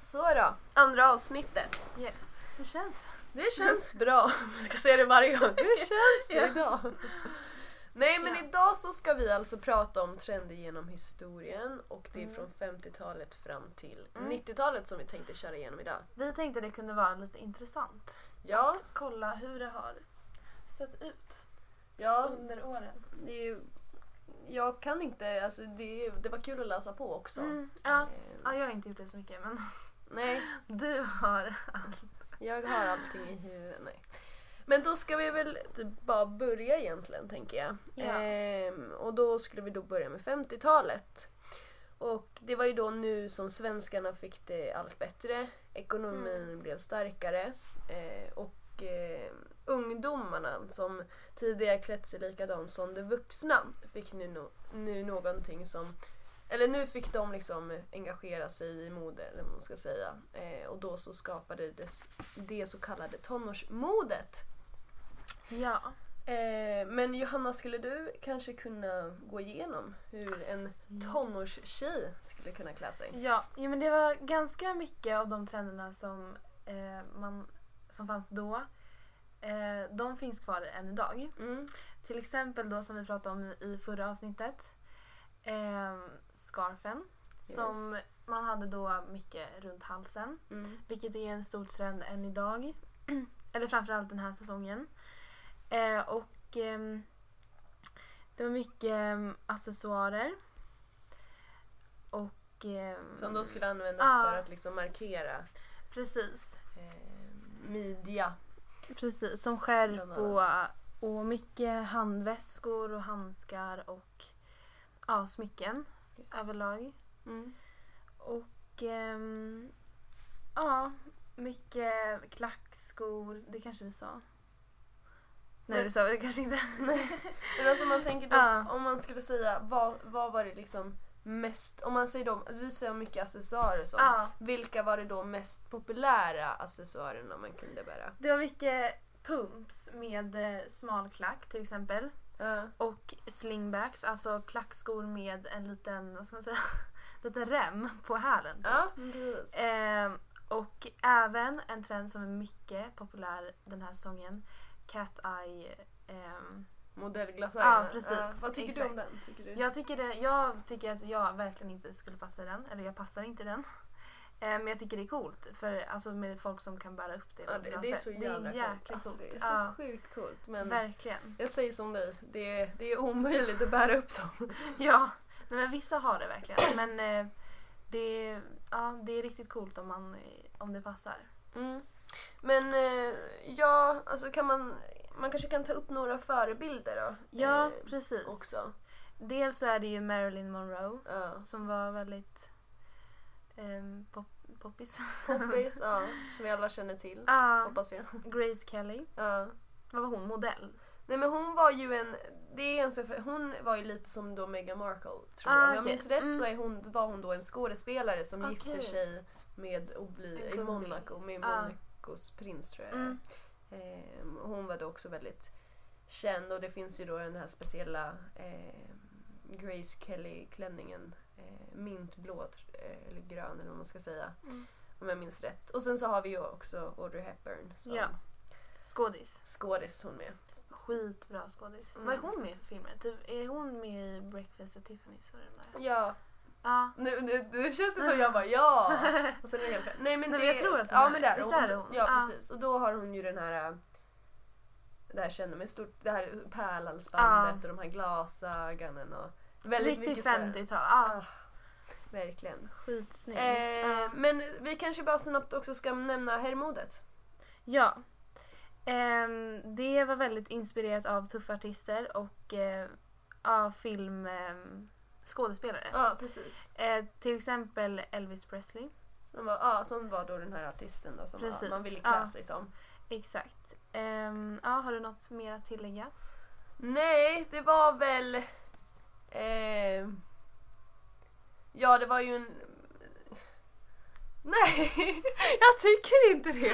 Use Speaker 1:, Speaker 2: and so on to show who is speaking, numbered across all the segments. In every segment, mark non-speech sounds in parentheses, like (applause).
Speaker 1: Så då,
Speaker 2: Andra avsnittet.
Speaker 1: yes.
Speaker 2: Hur känns det? (laughs)
Speaker 1: Det känns bra. (laughs) Jag ska säga Mm. det varje gång.
Speaker 2: Hur känns
Speaker 1: Ja.
Speaker 2: idag?
Speaker 1: Nej men
Speaker 2: Ja.
Speaker 1: idag så ska vi alltså prata om trender genom historien och det är
Speaker 2: Mm.
Speaker 1: från 50-talet fram till
Speaker 2: Mm.
Speaker 1: 90-talet som vi tänkte köra igenom idag.
Speaker 2: Vi tänkte det kunde vara lite intressant.
Speaker 1: Ja,
Speaker 2: Att kolla hur det har sett ut
Speaker 1: ja
Speaker 2: under åren.
Speaker 1: det är ju, jag kan inte, alltså det, det var kul att läsa på också.
Speaker 2: Mm, ja.
Speaker 1: Eh,
Speaker 2: ja, jag har inte gjort det så mycket men (laughs)
Speaker 1: Nej,
Speaker 2: du har.
Speaker 1: jag har allting i huvudet. Nej. Men då ska vi väl typ bara börja egentligen tänker jag.
Speaker 2: Ja.
Speaker 1: Ehm, och då skulle vi då börja med 50-talet. Och det var ju då nu som svenskarna fick det allt bättre. Ekonomin blev starkare. Eh, och eh, ungdomarna som tidigare klätt sig likadant som de vuxna fick nu, no- nu någonting som eller nu fick de liksom engagera sig i mode, eller vad man ska säga. Eh, och då så skapade det, det så kallade tonårsmodet.
Speaker 2: Ja.
Speaker 1: Eh, men Johanna, skulle du kanske kunna gå igenom hur en
Speaker 2: Mm.
Speaker 1: tonårstjej skulle kunna klä sig?
Speaker 2: Ja, ja men det var ganska mycket av de trenderna som, eh, man, som fanns då. Eh, de finns kvar än idag.
Speaker 1: Mm.
Speaker 2: Till exempel då som vi pratade om i förra avsnittet. Eh, scarfen.
Speaker 1: Yes.
Speaker 2: Som man hade då mycket runt halsen.
Speaker 1: Mm.
Speaker 2: Vilket är en stor trend än idag. (clears throat) Eller framförallt den här säsongen. Eh, och ehm, det var mycket ehm, accessoarer. Och... ehm,
Speaker 1: Som då skulle användas
Speaker 2: Ah.
Speaker 1: för att liksom markera
Speaker 2: Precis.
Speaker 1: eh, midja.
Speaker 2: Precis, som
Speaker 1: Bland
Speaker 2: skärp
Speaker 1: annat.
Speaker 2: och, och mycket handväskor och handskar och ja, smycken överlag.
Speaker 1: Mm.
Speaker 2: Och ehm, ja, mycket klackskor. Det kanske vi sa. Nej, det sa vi kanske inte.
Speaker 1: Men alltså man tänker då,
Speaker 2: Ah.
Speaker 1: om man skulle säga vad, vad var det liksom mest, om man säger då, du säger mycket accessoarer som.
Speaker 2: (laughs) Ja,
Speaker 1: Vilka var det då mest populära accessoarerna man kunde bära?
Speaker 2: det var mycket pumps med eh, smal klack till exempel. Ah. Och slingbacks, alltså klackskor med en liten, vad ska man säga, (laughs) liten rem på hälen. typ.
Speaker 1: Ja, men precis.
Speaker 2: Ehm, och även en trend som är mycket populär den här säsongen, Cat Eye. ehm,
Speaker 1: Modellglasögonen.
Speaker 2: Ja, precis.
Speaker 1: Vad tycker du om den? Tycker du?
Speaker 2: jag, tycker det, jag tycker att jag verkligen inte skulle passa i den, eller jag passar inte i den. (laughs) Ehm, men jag tycker det är coolt, för, alltså, med folk som kan bära upp det på
Speaker 1: Ja,
Speaker 2: ett
Speaker 1: det,
Speaker 2: bra
Speaker 1: Alltså, det är
Speaker 2: sätt.
Speaker 1: så jävla
Speaker 2: Det är jäkligt
Speaker 1: coolt. Alltså, det är så
Speaker 2: Ja,
Speaker 1: sjukt coolt. Men
Speaker 2: verkligen.
Speaker 1: jag säger som dig, det är, det är omöjligt att bära upp dem.
Speaker 2: Ja, nej, men vissa har det verkligen. Men eh, det, är- ja, det är riktigt coolt om, man, eh, om det passar.
Speaker 1: Mm. Men eh, ja, alltså kan man, man kanske kan ta upp några förebilder då.
Speaker 2: Ja,
Speaker 1: eh,
Speaker 2: precis.
Speaker 1: också.
Speaker 2: Dels så är det ju Marilyn Monroe.
Speaker 1: Ja.
Speaker 2: Som var väldigt ehm, pop- poppis.
Speaker 1: Poppis, ja, som vi alla känner till.
Speaker 2: (laughs) Ja,
Speaker 1: Hoppas jag.
Speaker 2: Grace Kelly.
Speaker 1: Ja.
Speaker 2: Vad var hon? Modell?
Speaker 1: Nej men hon var ju en, det är en sån- för hon var ju lite som då Meghan Markle tror
Speaker 2: Ah,
Speaker 1: jag. Om jag
Speaker 2: okej.
Speaker 1: minns rätt
Speaker 2: Mm.
Speaker 1: så är hon, var hon då en skådespelare som
Speaker 2: Okej.
Speaker 1: gifter sig med och blir
Speaker 2: En
Speaker 1: i
Speaker 2: kung.
Speaker 1: Monaco, med
Speaker 2: Ah.
Speaker 1: Monacos prins tror jag.
Speaker 2: Mm.
Speaker 1: Ehm, hon var då också väldigt känd och det finns ju då den här speciella eh, Grace Kelly-klänningen. Eh, mintblå tr- eh, eller grön eller vad man ska säga.
Speaker 2: Mm.
Speaker 1: Om jag minns rätt. Och sen så har vi ju också Audrey Hepburn som
Speaker 2: Ja. Skådis.
Speaker 1: skådis hon med.
Speaker 2: Skitbra skådis.
Speaker 1: Mm.
Speaker 2: Vad är hon med i för filmer? Typ, är hon med i Breakfast at Tiffany's? och den där?
Speaker 1: Ja,
Speaker 2: Ja.
Speaker 1: Nu, nu, nu känns det som jag bara
Speaker 2: (laughs)
Speaker 1: ja. Och sen är det helt fel. Nej men,
Speaker 2: Nej,
Speaker 1: det,
Speaker 2: men jag tror att hon
Speaker 1: ja,
Speaker 2: är-
Speaker 1: men där,
Speaker 2: visst
Speaker 1: hon,
Speaker 2: är det hon?
Speaker 1: Ja
Speaker 2: Ja.
Speaker 1: precis. Och då har hon ju den här äh, det här känner mig stort, det här pärlhalsbandet och de här glasögonen och väldigt mycket
Speaker 2: Riktigt
Speaker 1: så här-
Speaker 2: 50-tal. Ja.
Speaker 1: Ah, verkligen.
Speaker 2: Skitsnygg.
Speaker 1: Eh,
Speaker 2: typ. Ja.
Speaker 1: men vi kanske bara snabbt också ska nämna herrmodet.
Speaker 2: Ja. Ehm, det var väldigt inspirerat av tuffa artister och eh, av film, ehm, skådespelare.
Speaker 1: Ja precis.
Speaker 2: Eh, till exempel Elvis Presley.
Speaker 1: Som var, ja, som var då den här artisten då som
Speaker 2: Precis.
Speaker 1: man ville klä
Speaker 2: Ja.
Speaker 1: sig som.
Speaker 2: Exakt. Ehm, ja, har du något mer att tillägga?
Speaker 1: Nej, det var väl... Eh, ja, det var ju en... Nej, (laughs) jag tycker inte det.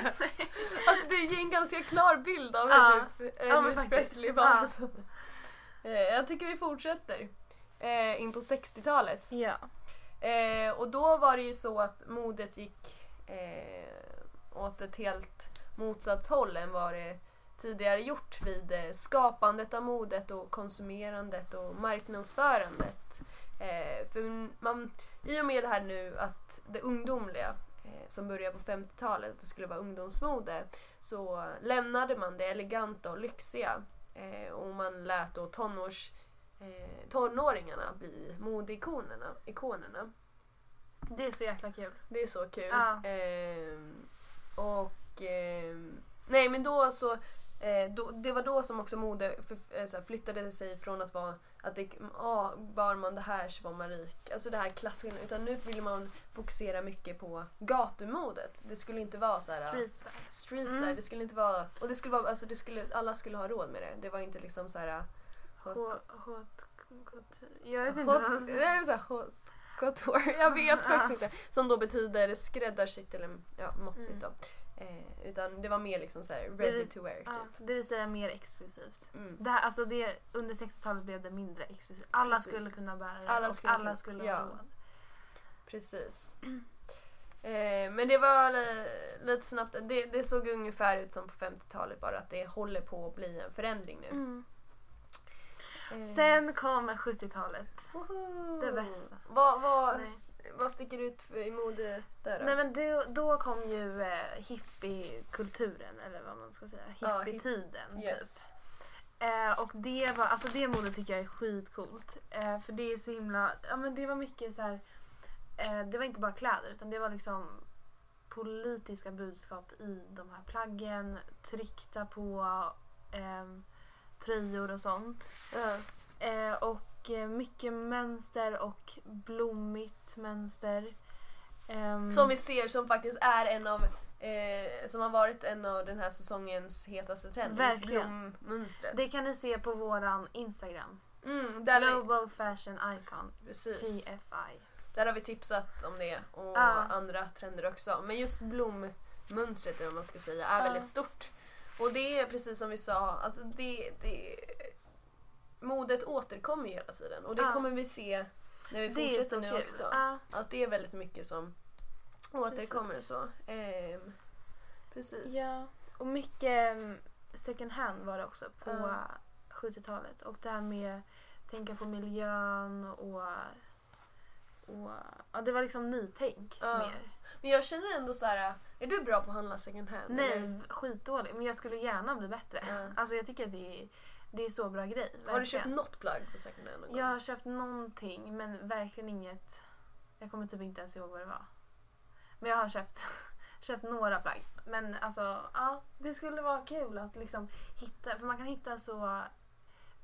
Speaker 1: Alltså det ger en ganska klar bild av hur
Speaker 2: Ja.
Speaker 1: typ
Speaker 2: Ja, men
Speaker 1: Elvis
Speaker 2: faktiskt.
Speaker 1: Presley var.
Speaker 2: Ja.
Speaker 1: Alltså. Eh, jag tycker vi fortsätter eh, in på 60-talet.
Speaker 2: Ja.
Speaker 1: Eh, och då var det ju så att modet gick eh, åt ett helt motsatshåll än vad det tidigare gjort vid eh, skapandet av modet och konsumerandet och marknadsförandet. Eh, för man, I och med det här nu att det ungdomliga eh, som började på 50-talet, att det skulle vara ungdomsmode, så lämnade man det eleganta och lyxiga eh, och man lät då tonårs, eh, tonåringarna bli modeikonerna. Ikonerna.
Speaker 2: Det är så jäkla kul.
Speaker 1: Det är så kul.
Speaker 2: Ja.
Speaker 1: Ehm, och ehm, nej men då så eh, då, det var då som också mode för, eh, så här, flyttade sig från att vara att det, ah, bar man det här så var man rik. Alltså det här klasskillnaden. Utan nu vill man fokusera mycket på gatumodet. Det skulle inte vara så här
Speaker 2: Street style.
Speaker 1: street
Speaker 2: Mm.
Speaker 1: style. Det skulle inte vara och det skulle vara alltså det skulle alla skulle ha råd med det. Det var inte liksom så här
Speaker 2: Hot, hot, hot. Jag vet inte vad
Speaker 1: Hot,
Speaker 2: man
Speaker 1: det (laughs) är så här hot couture. Jag (laughs) vet faktiskt inte. Som då betyder skräddarsytt eller ja, måttssytt då. Eh, utan det var mer liksom så här ready
Speaker 2: vill-
Speaker 1: to wear
Speaker 2: Ja,
Speaker 1: typ.
Speaker 2: det vill säga mer exklusivt.
Speaker 1: Mm.
Speaker 2: Det här, alltså det, under 60-talet blev det mindre exklusivt. Alla
Speaker 1: Precis.
Speaker 2: skulle kunna bära det
Speaker 1: Alla
Speaker 2: och
Speaker 1: skulle kunna-
Speaker 2: alla skulle
Speaker 1: ja.
Speaker 2: ha råd.
Speaker 1: Precis. Eh, men det var li- lite snabbt, det, det såg ungefär ut som på 50-talet bara att det håller på att bli en förändring nu. Eh,
Speaker 2: Sen kom 70-talet.
Speaker 1: woho!
Speaker 2: det bästa.
Speaker 1: Vad, vad,
Speaker 2: Nej.
Speaker 1: vad sticker ut för- i modet där då?
Speaker 2: Nej men då, då kom ju eh, hippiekulturen eller vad man ska säga.
Speaker 1: Ja, hipp-
Speaker 2: Hippietiden typ.
Speaker 1: yes.
Speaker 2: Eh, och det var, alltså det modet tycker jag är skitcoolt. Eh, för det är så himla, ja men det var mycket så här. Eh, det var inte bara kläder utan det var liksom politiska budskap i de här plaggen. Tryckta på ehm, tröjor och sånt.
Speaker 1: Ja.
Speaker 2: Eh, och eh, mycket mönster och blommigt mönster. Ehm,
Speaker 1: Som vi ser som faktiskt är en av eh, som har varit en av den här säsongens hetaste trender. just
Speaker 2: Verkligen.
Speaker 1: blommönstret.
Speaker 2: Det kan ni se på våran Instagram.
Speaker 1: Mm, där,
Speaker 2: Global Fashion Icon,
Speaker 1: precis.
Speaker 2: GFI.
Speaker 1: där har vi tipsat om det och
Speaker 2: Ja.
Speaker 1: andra trender också. Men just blommönstret eller vad man ska säga är
Speaker 2: Ja.
Speaker 1: väldigt stort. Och det är precis som vi sa, alltså det, det, modet återkommer ju hela tiden och det
Speaker 2: Ja.
Speaker 1: kommer vi se när vi
Speaker 2: Det är så
Speaker 1: fortsätter nu
Speaker 2: kul.
Speaker 1: också.
Speaker 2: Ja.
Speaker 1: Att det är väldigt mycket som återkommer och så. Ehm, precis.
Speaker 2: Ja, och mycket mm, second hand var det också på
Speaker 1: Ja.
Speaker 2: 70-talet. Och det här med tänka på miljön och... och ja, det var liksom nytänk
Speaker 1: Ja.
Speaker 2: mer.
Speaker 1: Men jag känner ändå så här. äh, är du bra på att handla second hand? eller?
Speaker 2: Nej, skitdålig. Men jag skulle gärna bli bättre.
Speaker 1: Ja.
Speaker 2: Alltså jag tycker att det är, det är så bra grej.
Speaker 1: Har du köpt
Speaker 2: verkligen.
Speaker 1: något plagg på second hand någon
Speaker 2: Jag
Speaker 1: gång?
Speaker 2: har köpt någonting men verkligen inget. Jag kommer typ inte ens ihåg vad det var. Men jag har köpt, (laughs) köpt några plagg. Men alltså, ja, det skulle vara kul att liksom hitta, för man kan hitta så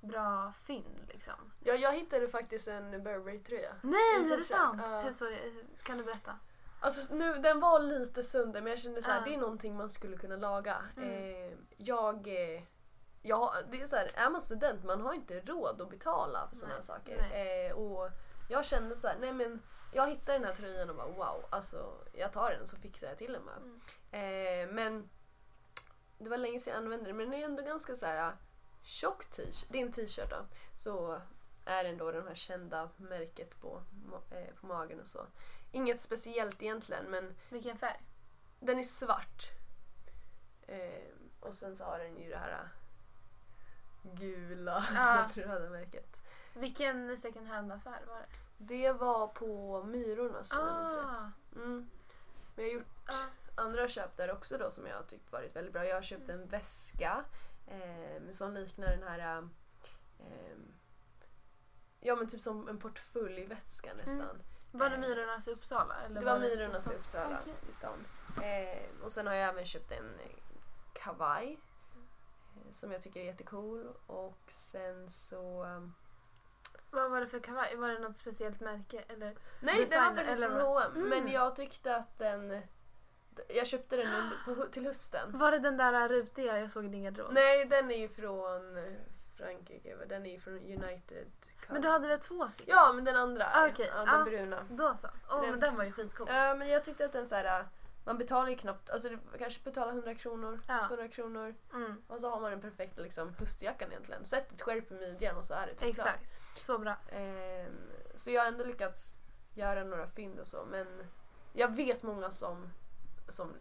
Speaker 2: bra fynd liksom.
Speaker 1: Ja, jag hittade faktiskt en Burberry-tröja.
Speaker 2: Nej,
Speaker 1: En
Speaker 2: är det
Speaker 1: t-shirt,
Speaker 2: sant?
Speaker 1: ja.
Speaker 2: Hur såg det hur- Kan du berätta?
Speaker 1: Alltså nu, den var lite sönder men jag kände så här,
Speaker 2: Ja.
Speaker 1: det är någonting man skulle kunna laga.
Speaker 2: Mm.
Speaker 1: Eh, jag, eh, jag har- det är så här, är man student man har inte råd att betala för sådana här
Speaker 2: Nej,
Speaker 1: saker. Eh, och jag kände så här, nej men jag hittade den här tröjan och bara wow, alltså jag tar den så fixar jag till den bara.
Speaker 2: Mm.
Speaker 1: Eh, men det var länge sedan jag använde den men den är ändå ganska så här tjock t-shirt, det är en t-shirt då. Så är ändå den här kända märket på, ma- eh, på magen och så. Inget speciellt egentligen men
Speaker 2: Vilken färg?
Speaker 1: den är svart. Eh, och sen så har den ju det här eh, gula (laughs)
Speaker 2: Ja.
Speaker 1: svartröda märket.
Speaker 2: Vilken second hand-affär var det?
Speaker 1: Det var på Myrorna som jag minns
Speaker 2: Ah,
Speaker 1: rätt. Mm. Men jag har gjort
Speaker 2: ja.
Speaker 1: andra köp där också då som jag har tyckt varit väldigt bra. Jag har köpt en väska eh, som liknar den här eh, Ja men typ som en portföljväska nästan.
Speaker 2: Mm. Var det Myrornas i Uppsala? Eller
Speaker 1: Det var Myrornas i
Speaker 2: Stockholm?
Speaker 1: Uppsala
Speaker 2: Okej.
Speaker 1: i stan. Eh, och sen har jag även köpt en eh, kavaj eh, som jag tycker är jättecool. Och sen så... ehm,
Speaker 2: Vad var det för kavaj? Var det något speciellt märke? Eller?
Speaker 1: Nej, den var
Speaker 2: Designer
Speaker 1: faktiskt
Speaker 2: eller
Speaker 1: från
Speaker 2: vad?
Speaker 1: H&M
Speaker 2: Mm.
Speaker 1: Men jag tyckte att den... Jag köpte den under, på, hu- till hösten.
Speaker 2: Var det den där rutiga jag såg i din garderob?
Speaker 1: Nej, den är ju från eh, Frankrike. va? Den är ju från United Cup.
Speaker 2: Men du hade väl två stycken?
Speaker 1: Ja, men den andra.
Speaker 2: Ah, okej.
Speaker 1: ja, den
Speaker 2: Ah.
Speaker 1: bruna.
Speaker 2: Då så. Åh,
Speaker 1: den-
Speaker 2: men den var ju skitcool.
Speaker 1: Ja, men jag tyckte att den så här... eh, Man betalar ju knappt, alltså du kanske betalar 100 kronor,
Speaker 2: Ja.
Speaker 1: 200 kronor.
Speaker 2: Mm,
Speaker 1: Och så har man den perfekta liksom, höstjackan egentligen. Sätt ett skärp i midjan och så är det typ klart.
Speaker 2: exakt. Så bra.
Speaker 1: Ehm, så jag har ändå lyckats göra några fynd och så men jag vet många som som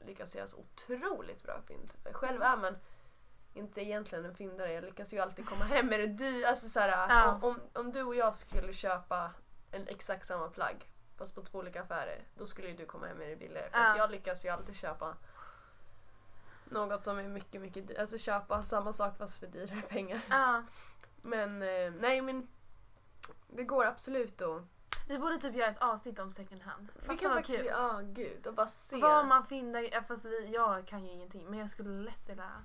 Speaker 1: lyckas göra så otroligt bra fynd. Själv är man inte egentligen en fyndare, jag lyckas ju alltid komma hem med det dy- alltså så här,
Speaker 2: Ja.
Speaker 1: om, om du och jag skulle köpa en exakt samma plagg fast på två olika affärer, då skulle ju du komma hem med det billigare. För
Speaker 2: Ja.
Speaker 1: att jag lyckas ju alltid köpa något som är mycket, mycket dyrare. Alltså köpa samma sak fast för dyrare pengar.
Speaker 2: Ja.
Speaker 1: Men eh, nej men det går absolut att
Speaker 2: Vi borde typ göra ett avsnitt om second hand.
Speaker 1: Vi
Speaker 2: Fatta
Speaker 1: kan
Speaker 2: vad
Speaker 1: faktiskt,
Speaker 2: kul.
Speaker 1: ja gud, och bara se.
Speaker 2: Vad man finner, ja, fast vi, jag kan ju ingenting men jag skulle lätt vilja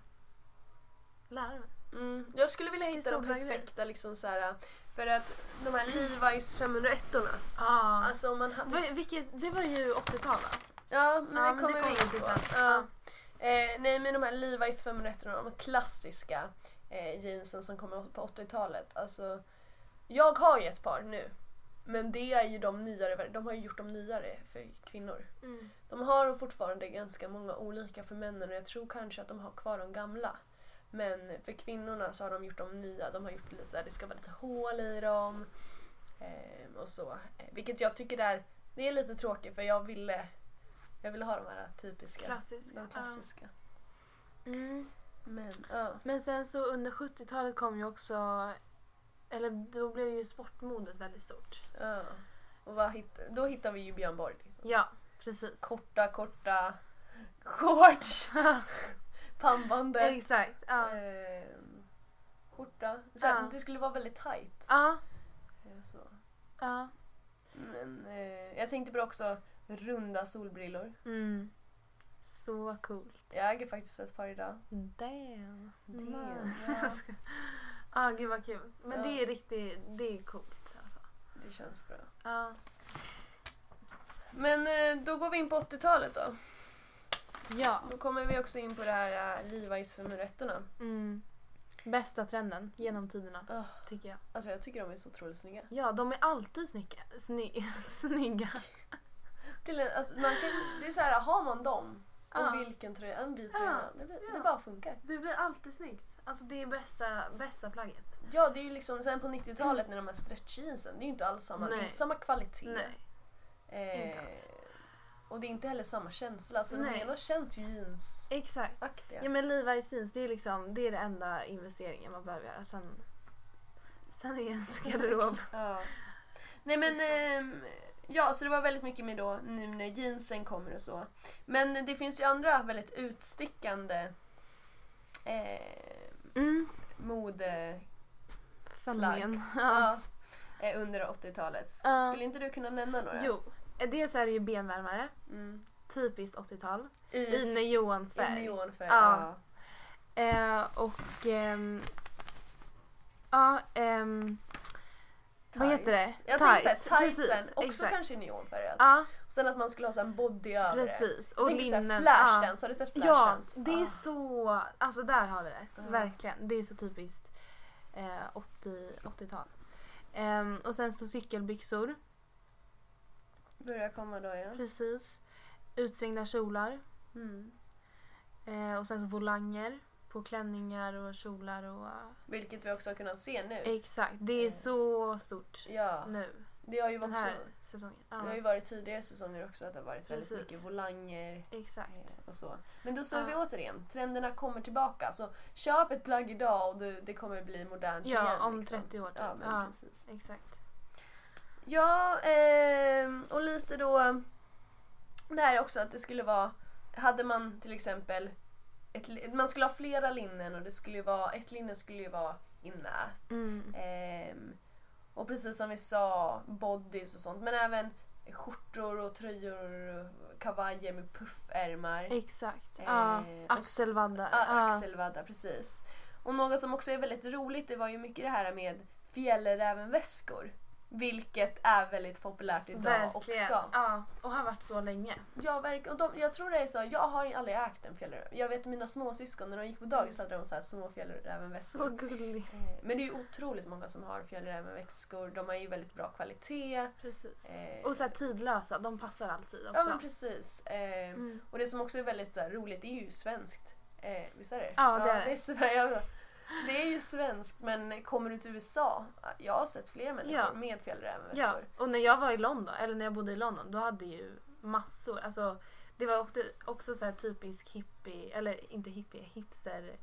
Speaker 2: lära mig.
Speaker 1: Mm, jag skulle vilja hitta
Speaker 2: så
Speaker 1: de
Speaker 2: bra Mm. grej.
Speaker 1: perfekta liksom så här, för att de här Levi's 501 orna
Speaker 2: Ah.
Speaker 1: alltså om man hade,
Speaker 2: Vad- vilket, det var ju 80-tal va?
Speaker 1: ja men
Speaker 2: Ja,
Speaker 1: det
Speaker 2: men
Speaker 1: kommer
Speaker 2: det
Speaker 1: vi
Speaker 2: kommer vi
Speaker 1: in på.
Speaker 2: till sen.
Speaker 1: Ja. Eh, nej men de här Levi's 501 orna de klassiska eh, jeansen som kom på 80-talet. Alltså, jag har ju ett par nu, men det är ju de nyare, de har ju gjort dem nyare för kvinnor. De har fortfarande ganska många olika för männen och jag tror kanske att de har kvar de gamla. Men för kvinnorna så har de gjort dem nya. De har gjort lite där det ska vara lite hål i dem. ehm, och så. Eh, Vilket jag tycker är, det är lite tråkigt för jag ville, jag ville ha de här typiska.
Speaker 2: Klassiska.
Speaker 1: De klassiska.
Speaker 2: Ja. Mm.
Speaker 1: Men ja.
Speaker 2: Men sen så under 70-talet kom ju också, eller då blev ju sportmodet väldigt stort.
Speaker 1: ja. Och vad hitt, då hittar vi ju Björn Borg. Liksom.
Speaker 2: Ja, precis.
Speaker 1: Korta, korta
Speaker 2: (laughs)
Speaker 1: shorts. Pannbandet.
Speaker 2: Exakt. Ja.
Speaker 1: Ehm, skjorta. Så här,
Speaker 2: Ja.
Speaker 1: Det skulle vara väldigt tight.
Speaker 2: Ja.
Speaker 1: Eh, Så.
Speaker 2: Ja.
Speaker 1: Men, eh, jag tänkte på det också runda solbrillor.
Speaker 2: Mm. Så coolt.
Speaker 1: Jag äger faktiskt ett par idag.
Speaker 2: Damn. (laughs)
Speaker 1: Damn,
Speaker 2: Ja,
Speaker 1: ja.
Speaker 2: ah, gud vad kul. Men
Speaker 1: Ja.
Speaker 2: det är riktigt, det är coolt alltså.
Speaker 1: Det känns bra.
Speaker 2: Ja.
Speaker 1: Men eh, då går vi in på 80-talet då.
Speaker 2: Ja.
Speaker 1: Då kommer vi också in på det här eh, Levi's 501
Speaker 2: Mm. Bästa trenden genom tiderna,
Speaker 1: Ah.
Speaker 2: tycker jag.
Speaker 1: Alltså jag tycker de är så otroligt snygga.
Speaker 2: Ja, de är alltid snygga. Sny- (laughs) snygga.
Speaker 1: Till en, alltså, man kan, det är så här, har man dem och
Speaker 2: Ja.
Speaker 1: vilken tröja, en vit
Speaker 2: Ja.
Speaker 1: tröja, det, blir,
Speaker 2: Ja.
Speaker 1: det bara funkar.
Speaker 2: Det blir alltid snyggt. Alltså det är bästa, bästa plagget.
Speaker 1: Ja, det är ju liksom sen på 90-talet när de här stretch jeansen, det är ju inte alls samma, det är
Speaker 2: Mm. Nej.
Speaker 1: inte samma kvalitet.
Speaker 2: Nej.
Speaker 1: Eh,
Speaker 2: Inte alls.
Speaker 1: Och det är inte heller samma känsla, så
Speaker 2: Nej.
Speaker 1: de ena känns ju jeansaktiga.
Speaker 2: Exakt. Ja men Levi's jeans, det är liksom det är den enda investeringen man behöver göra. Sen, sen
Speaker 1: (laughs)
Speaker 2: är ens garderob.
Speaker 1: Ja. Nej men, ehm, ja så det var väldigt mycket med då nu när jeansen kommer och så. Men det finns ju andra väldigt utstickande eh,
Speaker 2: Mm.
Speaker 1: mode
Speaker 2: Fenomen. Ja.
Speaker 1: ja. eh, under 80-talet.
Speaker 2: Ja.
Speaker 1: Skulle inte du kunna nämna några?
Speaker 2: Jo, dels är det ju benvärmare.
Speaker 1: Mm.
Speaker 2: Typiskt 80-tal.
Speaker 1: I,
Speaker 2: I
Speaker 1: i
Speaker 2: neonfärg.
Speaker 1: neonfärg.
Speaker 2: Ja. Eh, och... ehm, ja, ehm, vad
Speaker 1: Tights.
Speaker 2: heter det?
Speaker 1: Jag tänkte
Speaker 2: Tights,
Speaker 1: såhär
Speaker 2: precis,
Speaker 1: tightsen, också
Speaker 2: exakt.
Speaker 1: kanske i neonfärg.
Speaker 2: Ja,
Speaker 1: Sen att man skulle ha så här en body över det.
Speaker 2: precis.
Speaker 1: Jag
Speaker 2: Och
Speaker 1: tänker så här
Speaker 2: linnen. ja.
Speaker 1: Flashdance, har du sett
Speaker 2: Ja,
Speaker 1: Flashdance?
Speaker 2: det är så... Alltså där har vi det.
Speaker 1: Ja.
Speaker 2: Verkligen. Det är så typiskt eh, 80, 80-tal. Ehm, och sen så
Speaker 1: Mm.
Speaker 2: cykelbyxor.
Speaker 1: Börjar komma då ja.
Speaker 2: Precis. Utsvängda kjolar.
Speaker 1: Mm.
Speaker 2: Eh, och sen så volanger på klänningar och kjolar och...
Speaker 1: Vilket vi också har kunnat se nu.
Speaker 2: Exakt. Det är
Speaker 1: Eh.
Speaker 2: så stort
Speaker 1: Ja,
Speaker 2: nu.
Speaker 1: det har ju
Speaker 2: Den
Speaker 1: också...
Speaker 2: här säsongen.
Speaker 1: Det har
Speaker 2: Ja,
Speaker 1: ju varit tidigare säsonger också att det har varit väldigt
Speaker 2: Precis.
Speaker 1: mycket volanger
Speaker 2: exakt.
Speaker 1: eh, och så. Men då sa
Speaker 2: Ja.
Speaker 1: vi återigen, trenderna kommer tillbaka. Så köp ett plagg idag och du, det kommer bli modernt igen.
Speaker 2: Ja, om
Speaker 1: liksom.
Speaker 2: 30 år typ.
Speaker 1: Ja, men
Speaker 2: Ja,
Speaker 1: precis.
Speaker 2: exakt.
Speaker 1: Ja, ehm, och lite då... Det här är också att det skulle vara... Hade man till exempel... Ett, li- man skulle ha flera linnen och det skulle ju vara... Ett linne skulle ju vara innät.
Speaker 2: Mm.
Speaker 1: Ehm, och precis som vi sa, bodys och sånt. Men även skjortor och tröjor och kavajer med puffärmar.
Speaker 2: Exakt.
Speaker 1: Eh,
Speaker 2: Ja,
Speaker 1: och s-
Speaker 2: axelvaddar.
Speaker 1: Ah,
Speaker 2: Ja.
Speaker 1: axelvaddar, precis. Och något som också är väldigt roligt det var ju mycket det här med fjällrävenväskor. Vilket är väldigt populärt idag också.
Speaker 2: Ja, och har varit så länge.
Speaker 1: Jag, verk, och de, jag tror det är så, jag har aldrig ägt en fjällräv. Jag vet mina småsyskon när de gick på dagis hade de så här små fjällrävenväskor.
Speaker 2: Så gulligt.
Speaker 1: Eh, Men det är ju otroligt många som har fjällrävenväskor. De har ju väldigt bra kvalitet.
Speaker 2: Precis.
Speaker 1: Eh,
Speaker 2: Och så här tidlösa, de passar alltid också.
Speaker 1: Ja men precis. Eh,
Speaker 2: Mm.
Speaker 1: Och det som också är väldigt så här, roligt, det är ju svenskt. Eh, visst är det?
Speaker 2: Ja, det är det.
Speaker 1: är sve- (laughs) ja, det är ju svenskt men kommer du till USA, jag har sett fler människor
Speaker 2: Ja.
Speaker 1: med fjällrävenväskor.
Speaker 2: ja. Och när jag var i London, eller när jag bodde i London, då hade ju massor, alltså Det var också, också så här typisk hippie, eller inte hippie, hipster.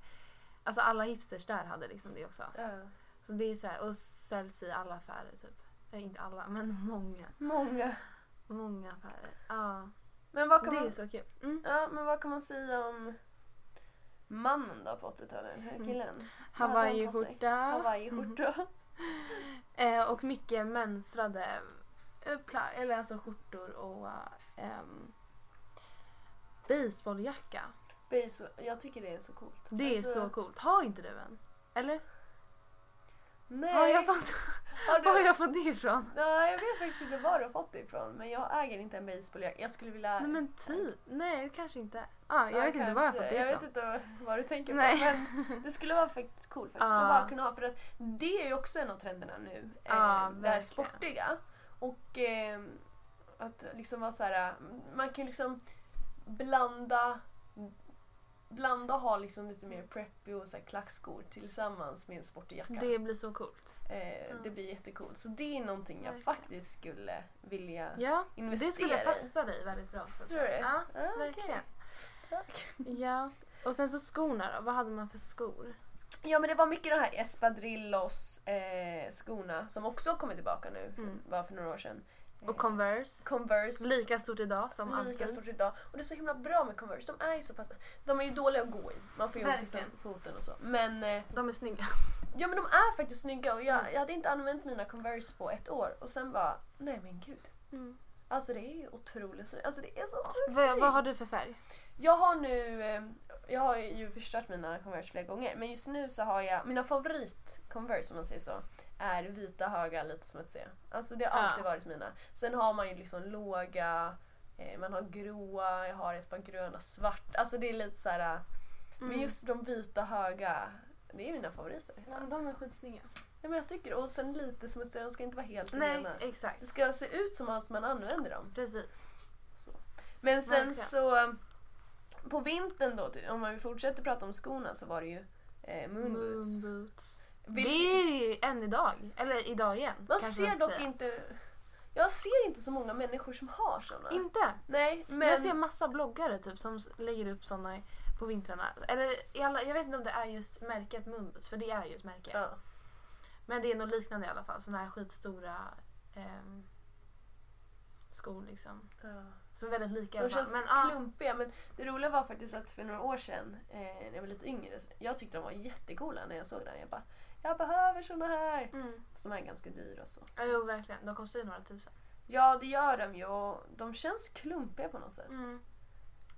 Speaker 2: Alltså alla hipsters där hade liksom det också. Så det är så här, och säljs i alla affärer typ. Nej, inte alla, men (laughs) många.
Speaker 1: Många.
Speaker 2: Många affärer. Ja.
Speaker 1: Men vad, kan
Speaker 2: Det är
Speaker 1: man,
Speaker 2: så kul. Mm.
Speaker 1: ja, men vad kan man säga om mannen då på 80-talet? Den här
Speaker 2: Mm.
Speaker 1: killen. Vad hade han på sig?
Speaker 2: Hawaii-skjorta.
Speaker 1: Hawaiiskjorta.
Speaker 2: Eh, och mycket mönstrade eh, pla- eller alltså skjortor och eh, ehm, baseballjacka.
Speaker 1: Baseball. Jag tycker det är så coolt.
Speaker 2: Det är
Speaker 1: Alltså,
Speaker 2: så coolt. Har inte du en? Eller?
Speaker 1: Nej.
Speaker 2: Har jag fått, (laughs)
Speaker 1: Har
Speaker 2: var har
Speaker 1: du?
Speaker 2: jag fått det ifrån?
Speaker 1: Nej, jag vet faktiskt inte var du har fått det ifrån. Men jag äger inte en baseballjacka. Jag skulle vilja...
Speaker 2: Nej men typ. Nej kanske inte. Ah, jag
Speaker 1: Ja,
Speaker 2: vet inte var jag har
Speaker 1: kanske.
Speaker 2: fått det
Speaker 1: Jag vet
Speaker 2: ifrån.
Speaker 1: inte vad du tänker
Speaker 2: Nej.
Speaker 1: på. Men det skulle vara faktiskt cool faktiskt.
Speaker 2: Ja.
Speaker 1: Att bara kunna ha, för att det är ju också en av trenderna nu. eh, det
Speaker 2: Ja,
Speaker 1: här
Speaker 2: verkligen.
Speaker 1: sportiga. Och eh, att liksom vara så här. man kan liksom blanda Blanda och ha liksom lite mer preppy och så här klackskor tillsammans med en sportig jacka. Det,
Speaker 2: Det blir så coolt.
Speaker 1: eh, det blir jättekult. Så det är någonting jag
Speaker 2: Verkligen.
Speaker 1: faktiskt skulle vilja
Speaker 2: Ja.
Speaker 1: investera
Speaker 2: Det skulle
Speaker 1: i.
Speaker 2: passa dig väldigt bra också.
Speaker 1: Tror du det?
Speaker 2: Ja,
Speaker 1: Ah, okej.
Speaker 2: verkligen.
Speaker 1: Tack.
Speaker 2: Ja. Och sen så skorna då. Vad hade man för skor?
Speaker 1: Ja men det var mycket de här espadrillos eh, skorna som också har kommit tillbaka nu, för-
Speaker 2: Mm.
Speaker 1: bara för några år sedan. Eh,
Speaker 2: Och Converse.
Speaker 1: Converse.
Speaker 2: Lika stort idag som
Speaker 1: lika
Speaker 2: alltid.
Speaker 1: stort idag. Och det är så himla bra med Converse, de är ju så pass... De är ju dåliga att gå i, man får ju ont i
Speaker 2: Verkligen.
Speaker 1: fo- foten och så. Men, eh,
Speaker 2: De är snygga.
Speaker 1: ja, men de är faktiskt snygga och
Speaker 2: Mm.
Speaker 1: jag, jag hade inte använt mina Converse på ett år och sen bara, nej men gud. Alltså det är ju otroligt snyggt. Alltså det är så sjukt
Speaker 2: Vad,
Speaker 1: snyggt.
Speaker 2: vad har du för färg?
Speaker 1: Jag har nu, eh, jag har ju förstört mina Converse flera gånger men just nu så har jag, mina favorit Converse om man säger så, är vita höga lite smutsiga. Alltså det har
Speaker 2: Ja.
Speaker 1: alltid varit mina. Sen har man ju liksom låga, eh, man har gråa, jag har ett par gröna, svart. Alltså det är lite såhär, eh,
Speaker 2: Mm.
Speaker 1: men just de vita höga, det är mina favoriter. Ja.
Speaker 2: de är skitsnygga.
Speaker 1: Ja, men jag tycker Och sen lite smutsiga, de ska inte vara helt
Speaker 2: Nej,
Speaker 1: rena. Det
Speaker 2: exakt.
Speaker 1: ska se ut som att man använder dem.
Speaker 2: Precis.
Speaker 1: Men sen
Speaker 2: Verkligen.
Speaker 1: så på vintern då, ty- om vi fortsätter prata om skorna så var det ju eh, moonboots.
Speaker 2: Moonboots.
Speaker 1: Vil-
Speaker 2: Det är ju än idag. Eller idag igen.
Speaker 1: man
Speaker 2: kanske
Speaker 1: ser
Speaker 2: ska
Speaker 1: dock
Speaker 2: säga.
Speaker 1: inte... Jag ser inte så många människor som har såna.
Speaker 2: Inte.
Speaker 1: Nej,
Speaker 2: Men... Jag
Speaker 1: men...
Speaker 2: ser massa bloggare typ som s- lägger upp såna på vintrarna. Eller i alla, jag vet inte om det är just märket Moonboots, för det är ju ett märke.
Speaker 1: Ja.
Speaker 2: Men det är något liknande i alla fall. Såna här skitstora ehm, skor liksom. Som är väldigt lika. i alla
Speaker 1: De
Speaker 2: fall.
Speaker 1: känns
Speaker 2: Men, ja.
Speaker 1: klumpiga men det roliga var faktiskt att för några år sedan eh, när jag var lite yngre, så- jag tyckte de var jättegola när jag såg dem. Jag bara, jag behöver såna här!
Speaker 2: Mm.
Speaker 1: Som är ganska dyra och så.
Speaker 2: Ja, Jo, verkligen. De kostar ju några tusen.
Speaker 1: Ja det gör de ju och de känns klumpiga på något sätt.
Speaker 2: Mm.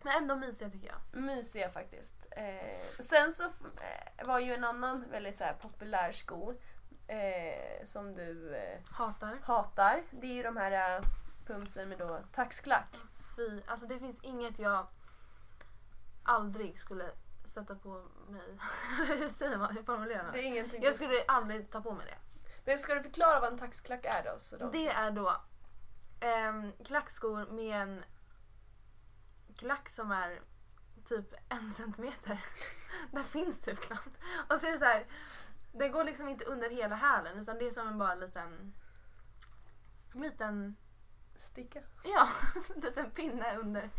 Speaker 2: Men ändå mysiga tycker jag.
Speaker 1: mysiga faktiskt. Eh, sen så f- eh, var ju en annan väldigt så här, populär sko eh, som du eh,
Speaker 2: Hatar.
Speaker 1: hatar. Det är ju de här eh, pumpsen med då taxklack.
Speaker 2: Fy, alltså det finns inget jag aldrig skulle sätta på mig. (laughs) Hur säger man? Hur formulerar man
Speaker 1: Det
Speaker 2: det?
Speaker 1: är ingenting.
Speaker 2: Jag skulle aldrig ta på mig det.
Speaker 1: Men ska du förklara vad en taxklack är då? Så de...
Speaker 2: Det är då ehm, klackskor med en klack som är typ en centimeter. (laughs) Där finns typ knappt. Och så är det så här, det går liksom inte under hela hälen utan det är som en bara liten liten
Speaker 1: Sticka.
Speaker 2: Ja, (laughs) en liten pinne under,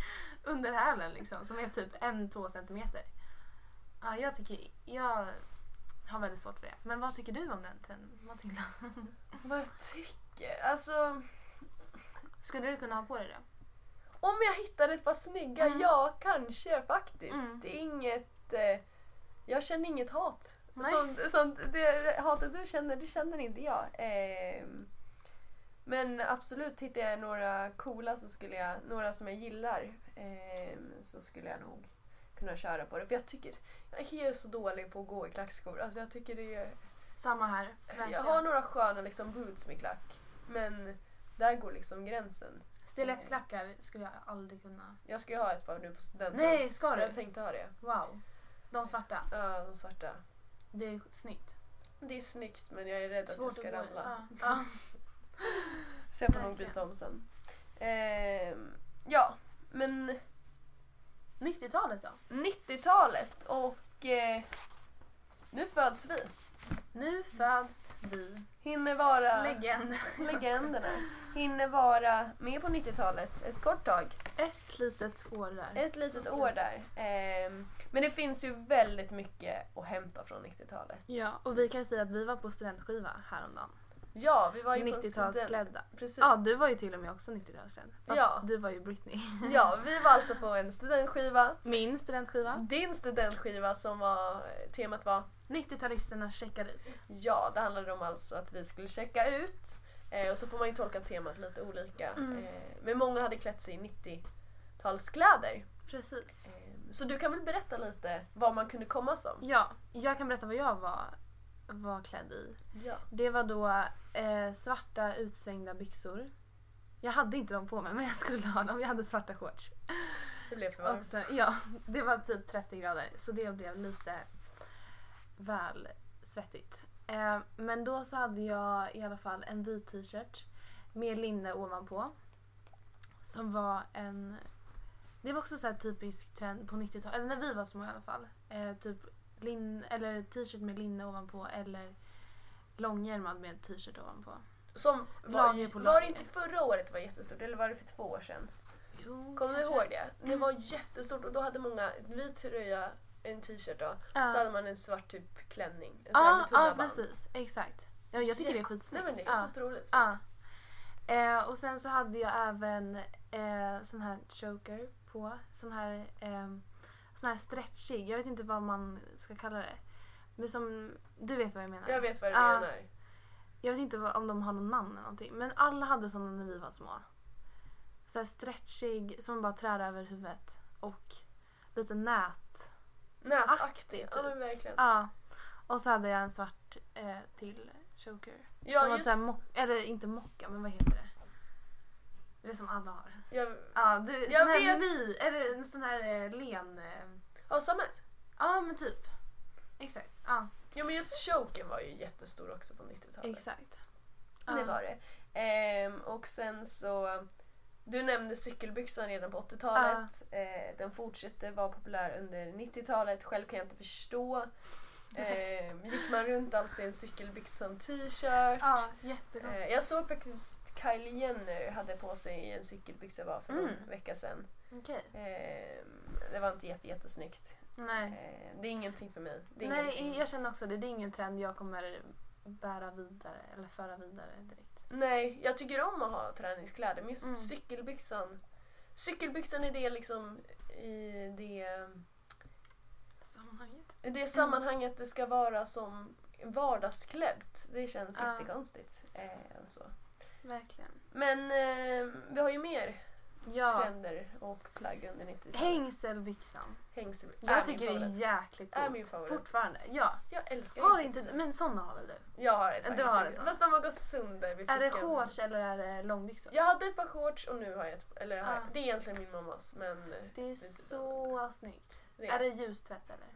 Speaker 2: under hälen liksom som är typ en, två centimeter. Ja, jag tycker, jag har väldigt svårt för det. Men vad tycker du om den trenden Matilda?
Speaker 1: Vad jag tycker? Alltså
Speaker 2: Skulle du kunna ha på dig det?
Speaker 1: om jag hittade ett par snygga,
Speaker 2: Mm.
Speaker 1: ja kanske faktiskt.
Speaker 2: Mm.
Speaker 1: Det är inget... Eh, jag känner inget hat.
Speaker 2: Nej.
Speaker 1: Sånt, sånt, det hatet du känner, det känner inte jag. Ehm, men absolut, hittar jag några coola så skulle jag, några som jag gillar ehm, så skulle jag nog kunna köra på det. För jag tycker, jag är så dålig på att gå i klackskor. Alltså jag tycker det är,
Speaker 2: Samma här.
Speaker 1: jag
Speaker 2: verkligen.
Speaker 1: har några sköna liksom boots med klack. Men där går liksom gränsen.
Speaker 2: Stilettklackar skulle jag aldrig kunna.
Speaker 1: Jag ska ju ha ett par nu på studenten.
Speaker 2: Nej, ska
Speaker 1: jag
Speaker 2: du?
Speaker 1: tänkte ha det.
Speaker 2: Wow. De svarta.
Speaker 1: Ja, de svarta.
Speaker 2: Det är snyggt.
Speaker 1: Det är snyggt men jag är rädd att jag ska
Speaker 2: gå i.
Speaker 1: ramla.
Speaker 2: Ja. Ja.
Speaker 1: Så jag får nog
Speaker 2: Verkligen.
Speaker 1: byta om sen. Ehm, ja, men
Speaker 2: 90-talet då?
Speaker 1: 90-talet och eh, nu föds vi.
Speaker 2: Nu föds vi.
Speaker 1: Hinner vara
Speaker 2: Legend. (laughs)
Speaker 1: legenderna. Hinner vara med på 90-talet ett kort tag.
Speaker 2: Ett litet år där.
Speaker 1: Ett litet år där. Ehm, men det finns ju väldigt mycket att hämta från 90-talet.
Speaker 2: Ja, och vi kan säga att vi var på studentskiva häromdagen.
Speaker 1: Ja, vi var ju på student...
Speaker 2: 90-talsklädda.
Speaker 1: Precis.
Speaker 2: Ja, du var ju till och med också 90-talsklädd. Fast
Speaker 1: Ja.
Speaker 2: du var ju Britney.
Speaker 1: Ja, vi var alltså på en studentskiva.
Speaker 2: Min studentskiva.
Speaker 1: Din studentskiva som var, temat var
Speaker 2: 90-talisterna checkar ut.
Speaker 1: Ja, det handlade om alltså att vi skulle checka ut. Eh, och så får man ju tolka temat lite olika.
Speaker 2: Mm.
Speaker 1: Eh, men många hade klätt sig i 90-talskläder.
Speaker 2: Precis.
Speaker 1: Eh, så du kan väl berätta lite vad man kunde komma som?
Speaker 2: Ja, jag kan berätta vad jag var, var klädd i.
Speaker 1: Ja.
Speaker 2: Det var då eh, svarta utsvängda byxor. Jag hade inte dem på mig men jag skulle ha dem. Jag hade svarta shorts.
Speaker 1: Det blev för
Speaker 2: Och
Speaker 1: varmt.
Speaker 2: sen, ja, (laughs) det var typ 30 grader så det blev lite väl svettigt. Eh, men då så hade jag i alla fall en vit t-shirt med linne ovanpå. Som var en... Det var också så här typisk trend på 90-talet, eller när vi var små i alla fall. Eh, typ lin, eller t-shirt med linne ovanpå eller långärmad med t-shirt ovanpå.
Speaker 1: Som var,
Speaker 2: Lager på
Speaker 1: var det
Speaker 2: lager.
Speaker 1: inte förra året det var jättestort eller var det för två år sedan?
Speaker 2: Jo,
Speaker 1: Kommer du ihåg det? Det
Speaker 2: Mm.
Speaker 1: var jättestort och då hade många en vit tröja, en t-shirt då.
Speaker 2: Ja.
Speaker 1: Så hade man en svart typ klänning. En sån här
Speaker 2: Ja,
Speaker 1: med tunna
Speaker 2: ja
Speaker 1: band.
Speaker 2: precis. Exakt. Ja, jag tycker det är
Speaker 1: Nej
Speaker 2: skitsnyggt.
Speaker 1: men det är
Speaker 2: Ja.
Speaker 1: så otroligt snyggt.
Speaker 2: Ja. Ah. Eh, och sen så hade jag även eh, sån här choker på. Sån här, eh, sån här stretchig, jag vet inte vad man ska kalla det. Men som, du vet vad jag menar.
Speaker 1: Jag vet vad du
Speaker 2: Ja.
Speaker 1: menar.
Speaker 2: Jag vet inte vad, om de har någon namn eller någonting. Men alla hade såna när vi var små. Så här stretchig som man bara trär över huvudet. Och lite nät.
Speaker 1: Nätaktig. Ja
Speaker 2: typ.
Speaker 1: men verkligen.
Speaker 2: Ja. Och så hade jag en svart eh, till choker. som
Speaker 1: Ja,
Speaker 2: var
Speaker 1: just,
Speaker 2: så här mock, eller inte mocka, men vad heter det? Det är som alla har.
Speaker 1: jag,
Speaker 2: Ja, du,
Speaker 1: Jag
Speaker 2: sån här
Speaker 1: vet.
Speaker 2: mi, eller en sån här eh, len... eh,
Speaker 1: ja, sammet.
Speaker 2: Ja, men typ. Exakt. Ja,
Speaker 1: Ja men just choken var ju jättestor också på 90-talet.
Speaker 2: exakt. Ah.
Speaker 1: Det
Speaker 2: Ja.
Speaker 1: var det. Ehm, och sen så, du nämnde cykelbyxan redan på 80-talet.
Speaker 2: Ah.
Speaker 1: Eh, den fortsatte vara populär under 90-talet. Själv kan jag inte förstå. Ehm, gick man runt alltså i en cykelbyxa som t-shirt.
Speaker 2: Ja, jättekonstigt.
Speaker 1: Eh, jag såg faktiskt Kylie Jenner hade på sig en cykelbyxa bara för
Speaker 2: Mm.
Speaker 1: en vecka sedan.
Speaker 2: Okej.
Speaker 1: Ehm, det var inte jätte, jättesnyggt.
Speaker 2: Nej.
Speaker 1: Eh, det är ingenting för mig. Det är ingenting-
Speaker 2: Nej, jag känner också det. Det är ingen trend jag kommer bära vidare eller föra vidare direkt.
Speaker 1: Nej, jag tycker om att ha träningskläder men just
Speaker 2: Mm.
Speaker 1: cykelbyxan. Cykelbyxan är det liksom i det,
Speaker 2: Sammanhanget.
Speaker 1: i det sammanhanget det ska vara som vardagsklätt. Det känns
Speaker 2: Ja.
Speaker 1: jättekonstigt. Eh, och så.
Speaker 2: Verkligen.
Speaker 1: Men eh, vi har ju mer
Speaker 2: Ja.
Speaker 1: trender och plagg under 90-talet.
Speaker 2: Hängselbyxan.
Speaker 1: Hängsel.
Speaker 2: Jag
Speaker 1: är min
Speaker 2: tycker det är
Speaker 1: favorit.
Speaker 2: jäkligt
Speaker 1: Är
Speaker 2: coolt.
Speaker 1: min favorit.
Speaker 2: Fortfarande. Ja.
Speaker 1: Jag älskar
Speaker 2: Har
Speaker 1: hängselbyxor.
Speaker 2: inte, men såna har väl du?
Speaker 1: Jag har ett
Speaker 2: Du
Speaker 1: par
Speaker 2: har ett
Speaker 1: hängselbyxor.
Speaker 2: sånt.
Speaker 1: Fast de har gått sönder vid
Speaker 2: Är det
Speaker 1: fickan.
Speaker 2: shorts eller är det långbyxor?
Speaker 1: Jag hade ett par shorts och nu har jag ett eller jag har,
Speaker 2: Ja.
Speaker 1: det är egentligen min mammas men
Speaker 2: Det är så snyggt.
Speaker 1: det
Speaker 2: Är det ljustvätt eller?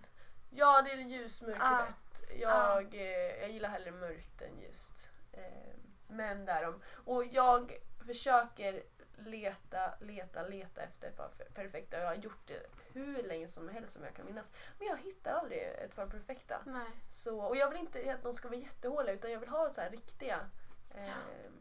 Speaker 1: Ja, det är ljusmörk
Speaker 2: Ah.
Speaker 1: lätt. Jag, eh, jag gillar hellre mörkt än ljust. Eh, men därom. Och jag försöker leta, leta, leta efter ett par f- perfekta. Jag har gjort det hur länge som helst som jag kan minnas. Men jag hittar aldrig ett par perfekta.
Speaker 2: Nej.
Speaker 1: Så, och jag vill inte att de ska vara jättehåliga utan jag vill ha så här riktiga. Eh,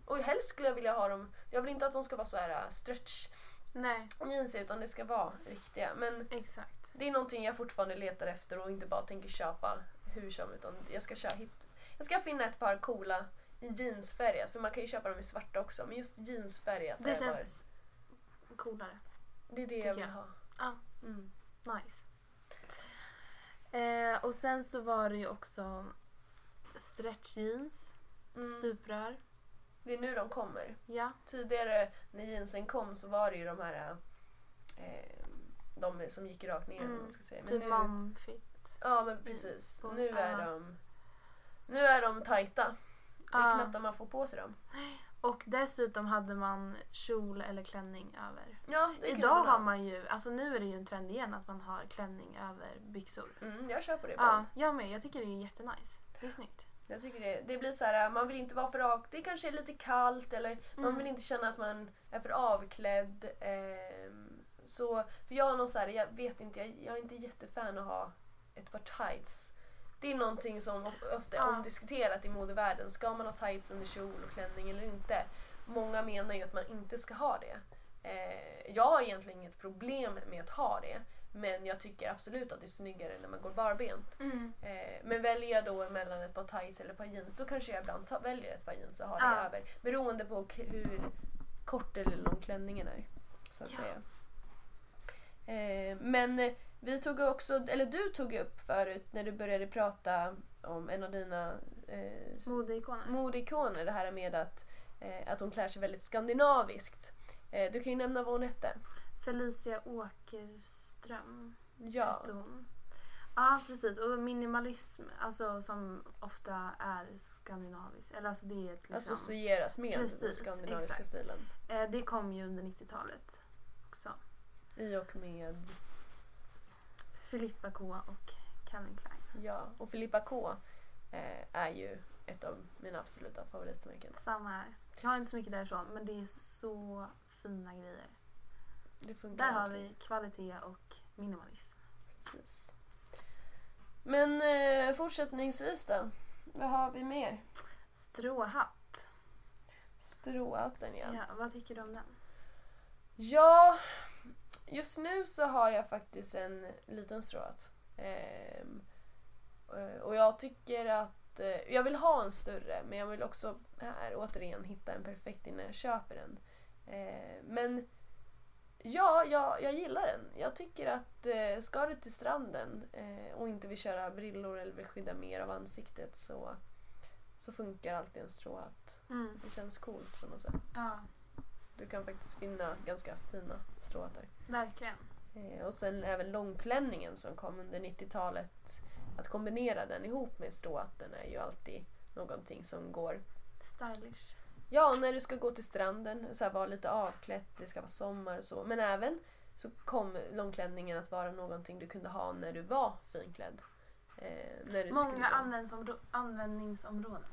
Speaker 1: och helst skulle jag vilja ha dem, jag vill inte att de ska vara så här eh, stretch
Speaker 2: Nej,
Speaker 1: jeans utan det ska vara riktiga. Men
Speaker 2: exakt.
Speaker 1: Det är någonting jag fortfarande letar efter och inte bara tänker köpa hur som utan jag ska, köra, hit- jag ska finna ett par coola i jeansfärgat för man kan ju köpa dem i svarta också men just jeansfärgat
Speaker 2: Det
Speaker 1: är bara-
Speaker 2: känns coolare.
Speaker 1: det är det
Speaker 2: tycker
Speaker 1: jag vill
Speaker 2: jag.
Speaker 1: ha.
Speaker 2: Ja.
Speaker 1: Mm.
Speaker 2: Nice. Eh, och sen så var det ju också stretch jeans,
Speaker 1: Mm.
Speaker 2: stuprör.
Speaker 1: Det är nu de kommer.
Speaker 2: Ja,
Speaker 1: Tidigare när jeansen kom så var det ju de här eh, de som gick rakt ner.
Speaker 2: Mm.
Speaker 1: om Man ska säga. Men
Speaker 2: typ
Speaker 1: nu,
Speaker 2: momfit.
Speaker 1: Ja men precis.
Speaker 2: På-
Speaker 1: Nu är
Speaker 2: ja.
Speaker 1: de nu är de tajta. Det är
Speaker 2: Ja.
Speaker 1: knappt att man får på sig dem.
Speaker 2: Och dessutom hade man kjol eller klänning över.
Speaker 1: Ja, det kan
Speaker 2: Idag
Speaker 1: man ha.
Speaker 2: har man ju, alltså nu är det ju en trend igen att man har klänning över byxor.
Speaker 1: Mm, jag kör på det ibland.
Speaker 2: Ja, jag med. Jag tycker det är jättenice. Det är snyggt.
Speaker 1: Jag tycker det, det blir så här, man vill inte vara för rak. Det kanske är lite kallt eller man
Speaker 2: Mm.
Speaker 1: vill inte känna att man är för avklädd. ehm, så, för jag har någon så här, jag vet inte, jag, jag är inte jättefan att ha ett par tights. Det är någonting som of- ofta är
Speaker 2: Ja.
Speaker 1: omdiskuterat i modevärlden. Ska man ha tights under kjol och klänning eller inte? Många menar ju att man inte ska ha det. Eh, jag har egentligen inget problem med att ha det. Men jag tycker absolut att det är snyggare när man går barbent.
Speaker 2: Mm.
Speaker 1: Eh, men väljer jag då mellan ett par tights eller ett par jeans då kanske jag ibland ta- väljer ett par jeans och har det
Speaker 2: Ja.
Speaker 1: över. Beroende på k- hur kort eller lång klänningen är. Så att
Speaker 2: Ja.
Speaker 1: säga. Eh, men eh, vi tog ju också, eller du tog ju upp förut när du började prata om en av dina eh,
Speaker 2: Modeikoner.
Speaker 1: modeikoner. Det här med att, eh, att hon klär sig väldigt skandinaviskt. Eh, du kan ju nämna vad hon hette.
Speaker 2: Felicia Åkerström
Speaker 1: Ja.
Speaker 2: hette hon. Ja, precis. Och minimalism, alltså som ofta är skandinaviskt. Eller alltså det är ett liksom...
Speaker 1: Associeras med den
Speaker 2: Precis,
Speaker 1: skandinaviska
Speaker 2: exakt.
Speaker 1: stilen.
Speaker 2: eh, det kom ju under 90-talet också.
Speaker 1: I och med
Speaker 2: Filippa K och Calvin Klein.
Speaker 1: Ja, och Filippa K eh, är ju ett av mina absoluta favoritmärken.
Speaker 2: Samma här. Jag har inte så mycket därifrån men det är så fina grejer.
Speaker 1: Det funkar
Speaker 2: Där har
Speaker 1: verkligen.
Speaker 2: vi kvalitet och minimalism.
Speaker 1: Precis. Men eh, fortsättningsvis då? Vad har vi mer?
Speaker 2: Stråhatt.
Speaker 1: Stråhatten ja.
Speaker 2: Ja, vad tycker du om den?
Speaker 1: Ja, just nu så har jag faktiskt en liten stråhatt. Ehm, eh, och jag tycker att eh, jag vill ha en större men jag vill också här återigen hitta en perfekt innan jag köper den. Ehm, men ja, jag, jag gillar den. Jag tycker att eh, ska du till stranden eh, och inte vill köra brillor eller vill skydda mer av ansiktet så, så funkar alltid en stråhatt.
Speaker 2: Mm.
Speaker 1: Det känns coolt på något sätt.
Speaker 2: Ja,
Speaker 1: Du kan faktiskt finna ganska fina stråhattar.
Speaker 2: verkligen.
Speaker 1: Eh, Och sen även långklänningen som kom under 90-talet. Att kombinera den ihop med stråhatten är ju alltid någonting som går.
Speaker 2: Stylish.
Speaker 1: Ja, och när du ska gå till stranden, så här, vara lite avklätt, det ska vara sommar och så. Men även så kom långklänningen att vara någonting du kunde ha när du var finklädd. Eh, när du skulle-
Speaker 2: Många användsområ- användningsområden.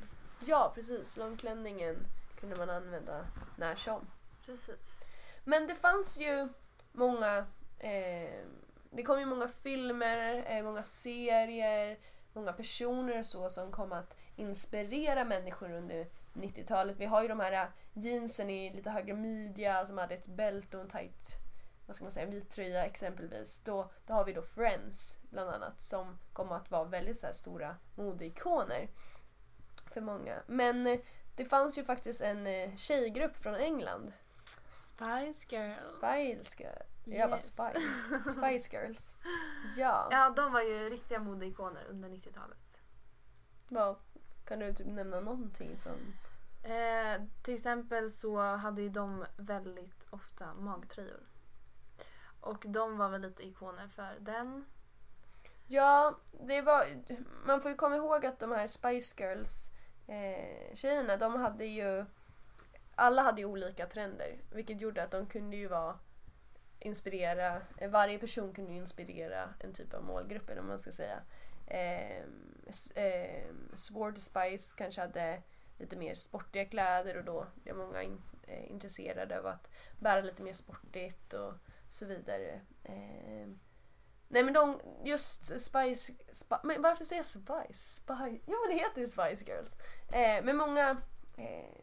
Speaker 1: Ja, precis. Långklänningen kunde man använda när som.
Speaker 2: Precis.
Speaker 1: Men det fanns ju många... Eh, det kom ju många filmer, eh, många serier, många personer och så som kom att inspirera människor under 90-talet. Vi har ju de här eh, jeansen i lite högre midja som hade ett bälte och en tight vad ska man säga, vit tröja exempelvis. Då, då har vi då Friends bland annat som kom att vara väldigt så här, stora modeikoner för många. Men eh, det fanns ju faktiskt en eh, tjejgrupp från England
Speaker 2: Spice Girls.
Speaker 1: Spice Girls. Jag bara
Speaker 2: Yes.
Speaker 1: Spice. Spice Girls. Ja.
Speaker 2: Ja, de var ju riktiga modeikoner under 90-talet.
Speaker 1: Vad- Kan du typ nämna någonting som...
Speaker 2: Eh, till exempel så hade ju de väldigt ofta magtröjor. Och de var väl lite ikoner för den.
Speaker 1: Ja, det var... Man får ju komma ihåg att de här Spice Girls eh, tjejerna, de hade ju... Alla hade ju olika trender, vilket gjorde att de kunde ju vara inspirera, eh, varje person kunde ju inspirera en typ av målgrupp eller vad man ska säga. Ehm, s- ehm, Sword Spice kanske hade lite mer sportiga kläder och då blev många in, eh, intresserade av att bära lite mer sportigt och så vidare. Ehm, nej men de, just Spice, Spi- men varför säger jag Spice? Spice? Jo men det heter ju Spice Girls. Eh, men många, eh,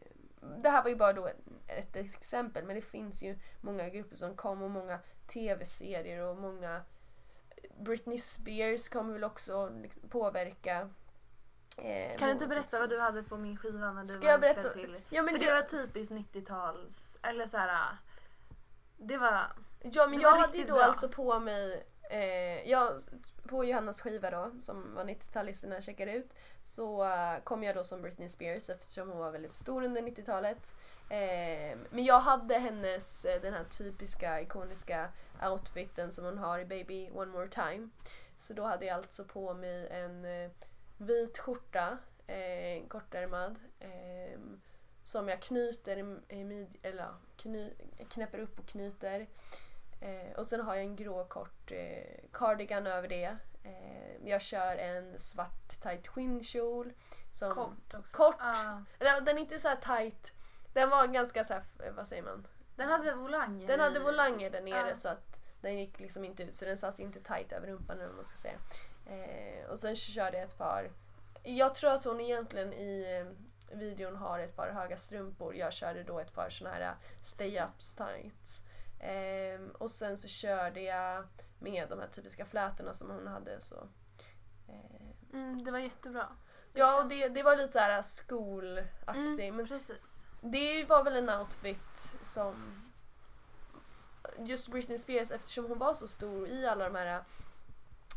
Speaker 1: det här var ju bara då ett, ett exempel men det finns ju många grupper som kom och många tv-serier och många eh, Britney Spears kommer väl också liksom påverka. eh,
Speaker 2: Kan du inte
Speaker 1: många
Speaker 2: berätta
Speaker 1: liksom.
Speaker 2: vad du hade på min skiva när du
Speaker 1: Ska
Speaker 2: var
Speaker 1: jag berätta?
Speaker 2: utklädd till?
Speaker 1: Ja men,
Speaker 2: för
Speaker 1: det,
Speaker 2: det var typiskt 90-tals... Eller så här. Det var...
Speaker 1: ja, men
Speaker 2: det
Speaker 1: jag
Speaker 2: var
Speaker 1: hade ju
Speaker 2: riktigt
Speaker 1: då
Speaker 2: bra.
Speaker 1: alltså på mig, eh, jag, på Johannas skiva då som var 90-talisterna checkade ut så eh, kom jag då som Britney Spears eftersom hon var väldigt stor under 90-talet. Eh, men jag hade hennes, eh, den här typiska ikoniska outfiten som hon har i Baby One More Time. Så då hade jag alltså på mig en eh, vit skjorta, eh, kortärmad, eh, som jag knyter i, i mid, eller ja, kny, knäpper upp och knyter. Eh, och sen har jag en grå kort eh, cardigan över det. Eh, jag kör en svart tight skinnkjol. Som,
Speaker 2: Kort också.
Speaker 1: Kort.
Speaker 2: Ja.
Speaker 1: Eller, den är inte så här tight. Den var ganska så här, eh, vad säger man?
Speaker 2: den hade volanger.
Speaker 1: Den hade
Speaker 2: i-
Speaker 1: volanger där nere
Speaker 2: Ja.
Speaker 1: så att den gick liksom inte ut så den satt inte tight över rumpan eller vad man ska säga. Eh, och sen körde jag ett par, jag tror att hon egentligen i eh, videon har ett par höga strumpor. Jag körde då ett par såna här stay-ups tights. Ehm, och sen så körde jag med de här typiska flätorna som hon hade. Så. Ehm,
Speaker 2: Mm, det var jättebra.
Speaker 1: ja, och det, det var lite så här skolaktig.
Speaker 2: Mm,
Speaker 1: Men
Speaker 2: precis.
Speaker 1: det var väl en outfit som just Britney Spears eftersom hon var så stor i alla de här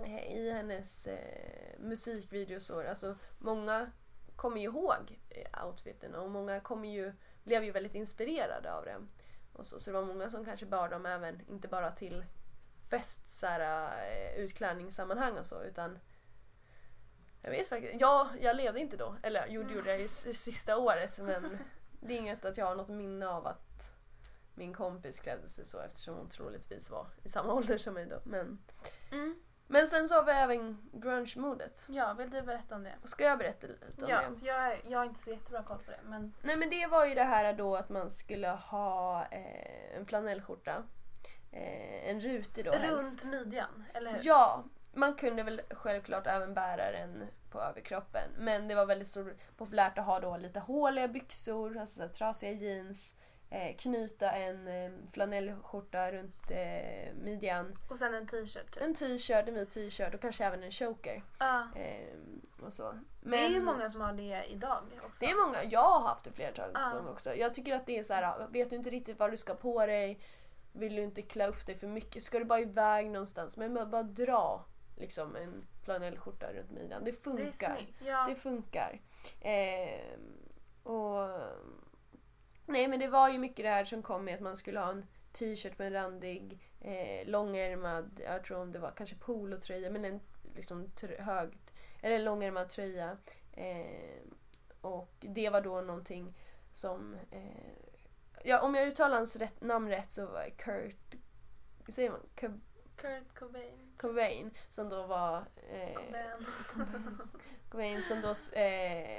Speaker 1: eh, i hennes eh, musikvideos och alltså många kommer ju ihåg eh, outfiten och många kommer ju, blev ju väldigt inspirerade av den. Och så, så det var många som kanske bar dem även, inte bara till fest så här, eh, utklädningssammanhang och så utan jag vet faktiskt ja, jag levde inte då. Eller jo, det gjorde jag ju s- sista året men det är inget att jag har något minne av att min kompis klädde sig så eftersom hon troligtvis var i samma (laughs) ålder som mig då. Men,
Speaker 2: Mm.
Speaker 1: men sen så har vi även grunge-modet.
Speaker 2: Ja, vill du berätta om det?
Speaker 1: Ska jag berätta lite om
Speaker 2: Ja,
Speaker 1: det?
Speaker 2: jag, jag har inte så jättebra koll på det. Men
Speaker 1: Nej men det var ju det här då att man skulle ha eh, en flanellskjorta. Eh, en rutig då helst.
Speaker 2: runt midjan, eller hur?
Speaker 1: Ja, man kunde väl självklart även bära den på överkroppen. Men det var väldigt stor, populärt att ha då lite håliga byxor, alltså så här trasiga jeans. Eh, knyta en eh, flanellskjorta runt eh, midjan.
Speaker 2: Och sen en t-shirt. Typ.
Speaker 1: En t-shirt, en vit t-shirt och kanske även en choker.
Speaker 2: Ja.
Speaker 1: Eh, och så.
Speaker 2: Det är ju
Speaker 1: Men-
Speaker 2: många som har det idag också.
Speaker 1: det är många, jag har haft det flertal
Speaker 2: Ja.
Speaker 1: gånger också. Jag tycker att det är så här, vet du inte riktigt vad du ska på dig, vill du inte klä upp dig för mycket, ska du bara iväg någonstans, men bara, bara dra liksom en flanellskjorta runt midjan. Det
Speaker 2: Det är
Speaker 1: funkar.
Speaker 2: snyggt. Ja.
Speaker 1: Det funkar. Ehm, och... Nej men det var ju mycket det här som kom med att man skulle ha en t-shirt med en randig, eh, långärmad, jag tror om det var kanske polotröja, men en liksom tr- högt, eller en långärmad tröja. Ehm, och det var då någonting som, eh, ja om jag uttalar hans rätt, namn rätt så var det Kurt, säger man, Cob-
Speaker 2: Kurt Cobain.
Speaker 1: Cobain, som då var eh,
Speaker 2: Cobain.
Speaker 1: Cobain som då eh,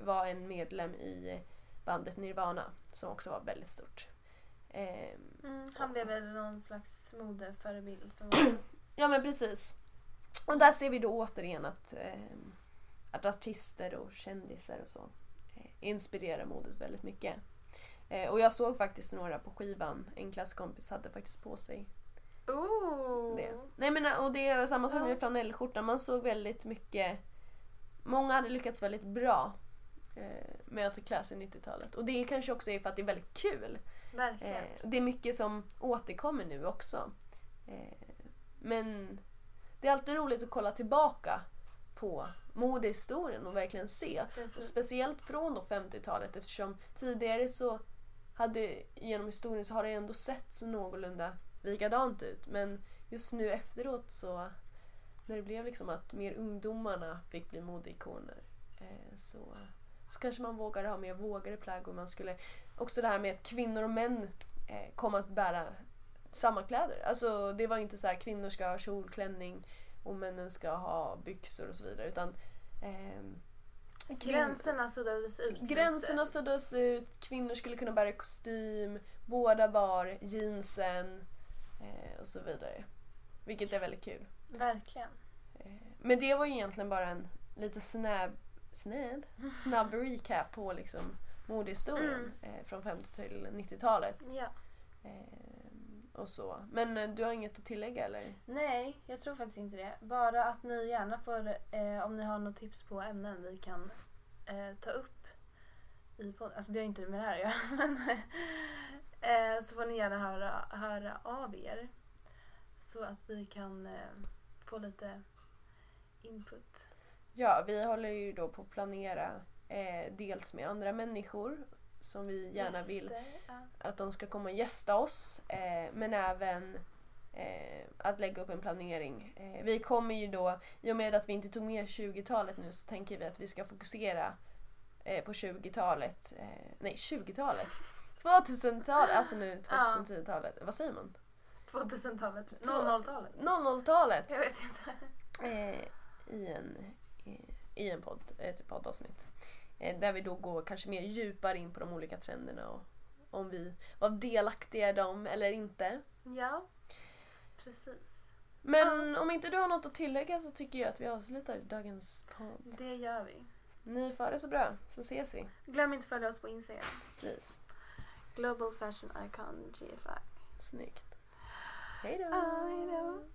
Speaker 1: var en medlem i bandet Nirvana som också var väldigt stort. Eh,
Speaker 2: Mm, han blev väl någon slags modeförebild för många.
Speaker 1: (coughs) ja men precis. Och där ser vi då återigen att, eh, att artister och kändisar och så eh, inspirerar modet väldigt mycket. Eh, och jag såg faktiskt några på skivan, en klasskompis hade faktiskt på sig
Speaker 2: Ooh.
Speaker 1: det. Nej men och det är samma sak
Speaker 2: Ja.
Speaker 1: med flanellskjortan. Man såg väldigt mycket. Många hade lyckats väldigt bra eh, med att klä sig i 90-talet. Och det är kanske också för att det är väldigt kul.
Speaker 2: Verkligen.
Speaker 1: Eh, det är mycket som återkommer nu också. Eh, men det är alltid roligt att kolla tillbaka på modehistorien och verkligen se. Och
Speaker 2: Precis.
Speaker 1: speciellt från då 50-talet eftersom tidigare så hade genom historien så har det ändå sett så någorlunda likadant ut. Men just nu efteråt så när det blev liksom att mer ungdomarna fick bli modeikoner eh, så, så kanske man vågade ha mer vågade plagg och man skulle också det här med att kvinnor och män eh, kom att bära samma kläder. Alltså det var inte så här kvinnor ska ha kjolklänning och männen ska ha byxor och så vidare utan ehm, kvin-
Speaker 2: Gränserna suddades ut. lite.
Speaker 1: Gränserna suddades ut, kvinnor skulle kunna bära kostym, båda bar jeansen eh, och så vidare. Vilket är väldigt kul.
Speaker 2: Verkligen.
Speaker 1: Men det var ju egentligen bara en lite snabb, snabb, snabb recap på liksom modehistorien eh, från 50 till 90-talet.
Speaker 2: Ja.
Speaker 1: Eh, och så. Men eh, du har inget att tillägga eller?
Speaker 2: Nej, jag tror faktiskt inte det. Bara att ni gärna får, eh, om ni har något tips på ämnen vi kan eh, ta upp i podden. Alltså det har inte med det här att göra. (laughs) Men, eh, så får ni gärna höra, höra av er. Så att vi kan eh, få lite input.
Speaker 1: Ja, vi håller ju då på att planera eh, dels med andra människor som vi gärna vill
Speaker 2: Gäster, ja.
Speaker 1: att de ska komma och gästa oss eh, men även eh, att lägga upp en planering. Eh, vi kommer ju då, i och med att vi inte tog med 20-talet nu så tänker vi att vi ska fokusera eh, på 20-talet, eh, nej 20-talet, 2000-talet, alltså nu 2010-talet, vad säger man?
Speaker 2: 2000-talet.
Speaker 1: Så-
Speaker 2: 00-talet.
Speaker 1: 00-talet
Speaker 2: Jag vet inte.
Speaker 1: eh, i en, i- i en podd, ett poddavsnitt. Eh, där vi då går kanske mer djupare in på de olika trenderna och om vi var delaktiga i dem eller inte.
Speaker 2: Ja, precis.
Speaker 1: Men om inte du har något att tillägga så tycker jag att vi avslutar dagens podd.
Speaker 2: Det gör vi.
Speaker 1: Ni får ha det så bra, så ses vi.
Speaker 2: Glöm inte att följa oss på Instagram.
Speaker 1: Precis.
Speaker 2: Global Fashion Icon GFI.
Speaker 1: Snyggt. Hej då.
Speaker 2: Aj då.